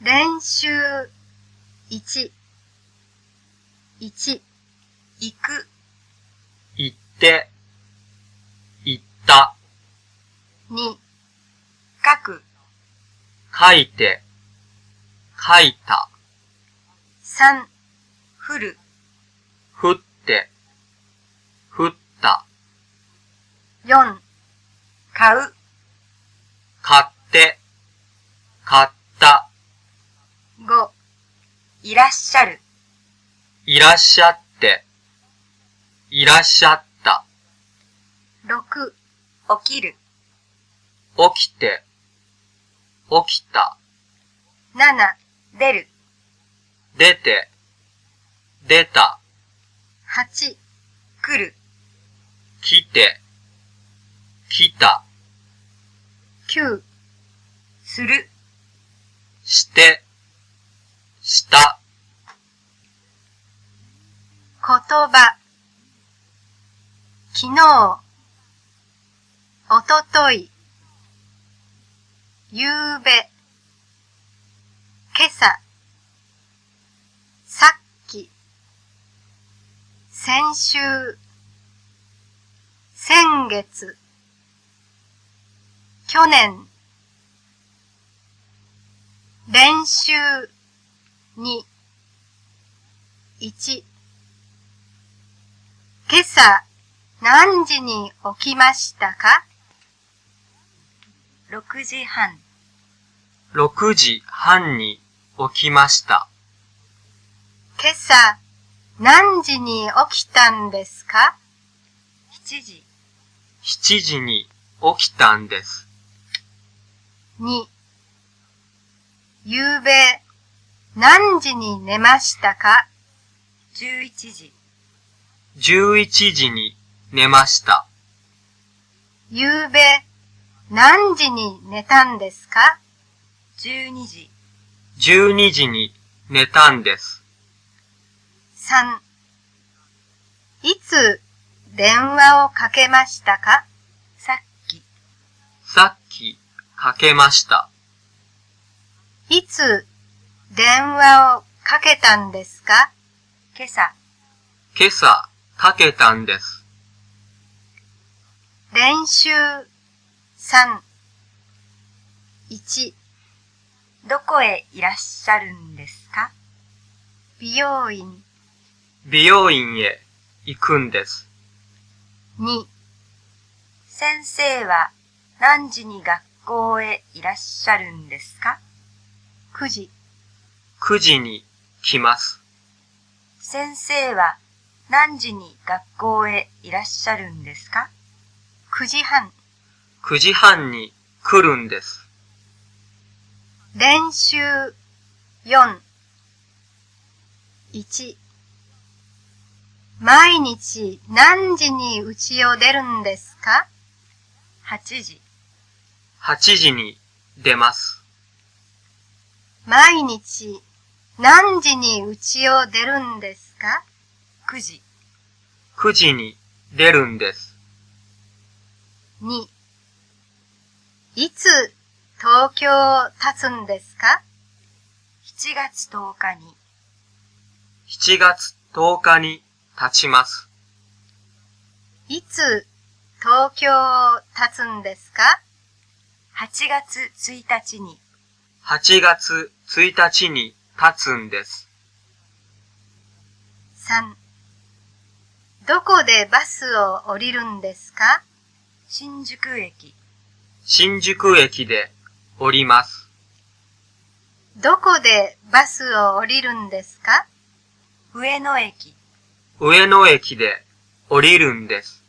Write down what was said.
練習1、1、行く、行って、行った、 2、書く、書いて、書いた、 3、降る、降って、降った、 4、買う、買って、買った、 5、いらっしゃる、いらっしゃって、いらっしゃった、 6、起きる、起きて、起きた、 7、出る、出て、出た、 8、来る、来て、来た、 9、する、して、した、言葉、昨日、おととい、ゆうべ、今朝、さっき、先週、先月、去年、練習、に、一、今朝何時に起きましたか ?6 時半、 6時半に起きました。今朝何時に起きたんですか ?7 時、 7時に起きたんです。 2、夕べ何時に寝ましたか ?11 時、 11時に寝ました。夕べ何時に寝たんですか ?12 時、 12時に寝たんです。 3、いつ電話をかけましたかさっき。さっきかけました。いつ電話をかけたんですか今朝。今朝かけたんです。練習3。1。どこへいらっしゃるんですか美容院美容院へ行くんです。 2。先生は何時に学校へいらっしゃるんですか ?9 時。 9時に来ます。先生は何時に学校へいらっしゃるんですか ?9 時半。 9時半に来るんです。練習4 1毎日何時に家を出るんですか ?8 時。 8時に出ます。毎日何時に家を出るんですか ?9 時。 9時に出るんです。 2いつ東京を立つんですか ?7 月10日に。 7月10日に立ちます。いつ東京を立つんですか ?8 月1日に。 8月1日に立つんです。 3どこでバスを降りるんですか新宿駅。新宿駅で降ります。どこでバスを降りるんですか上野駅。上野駅で降りるんです。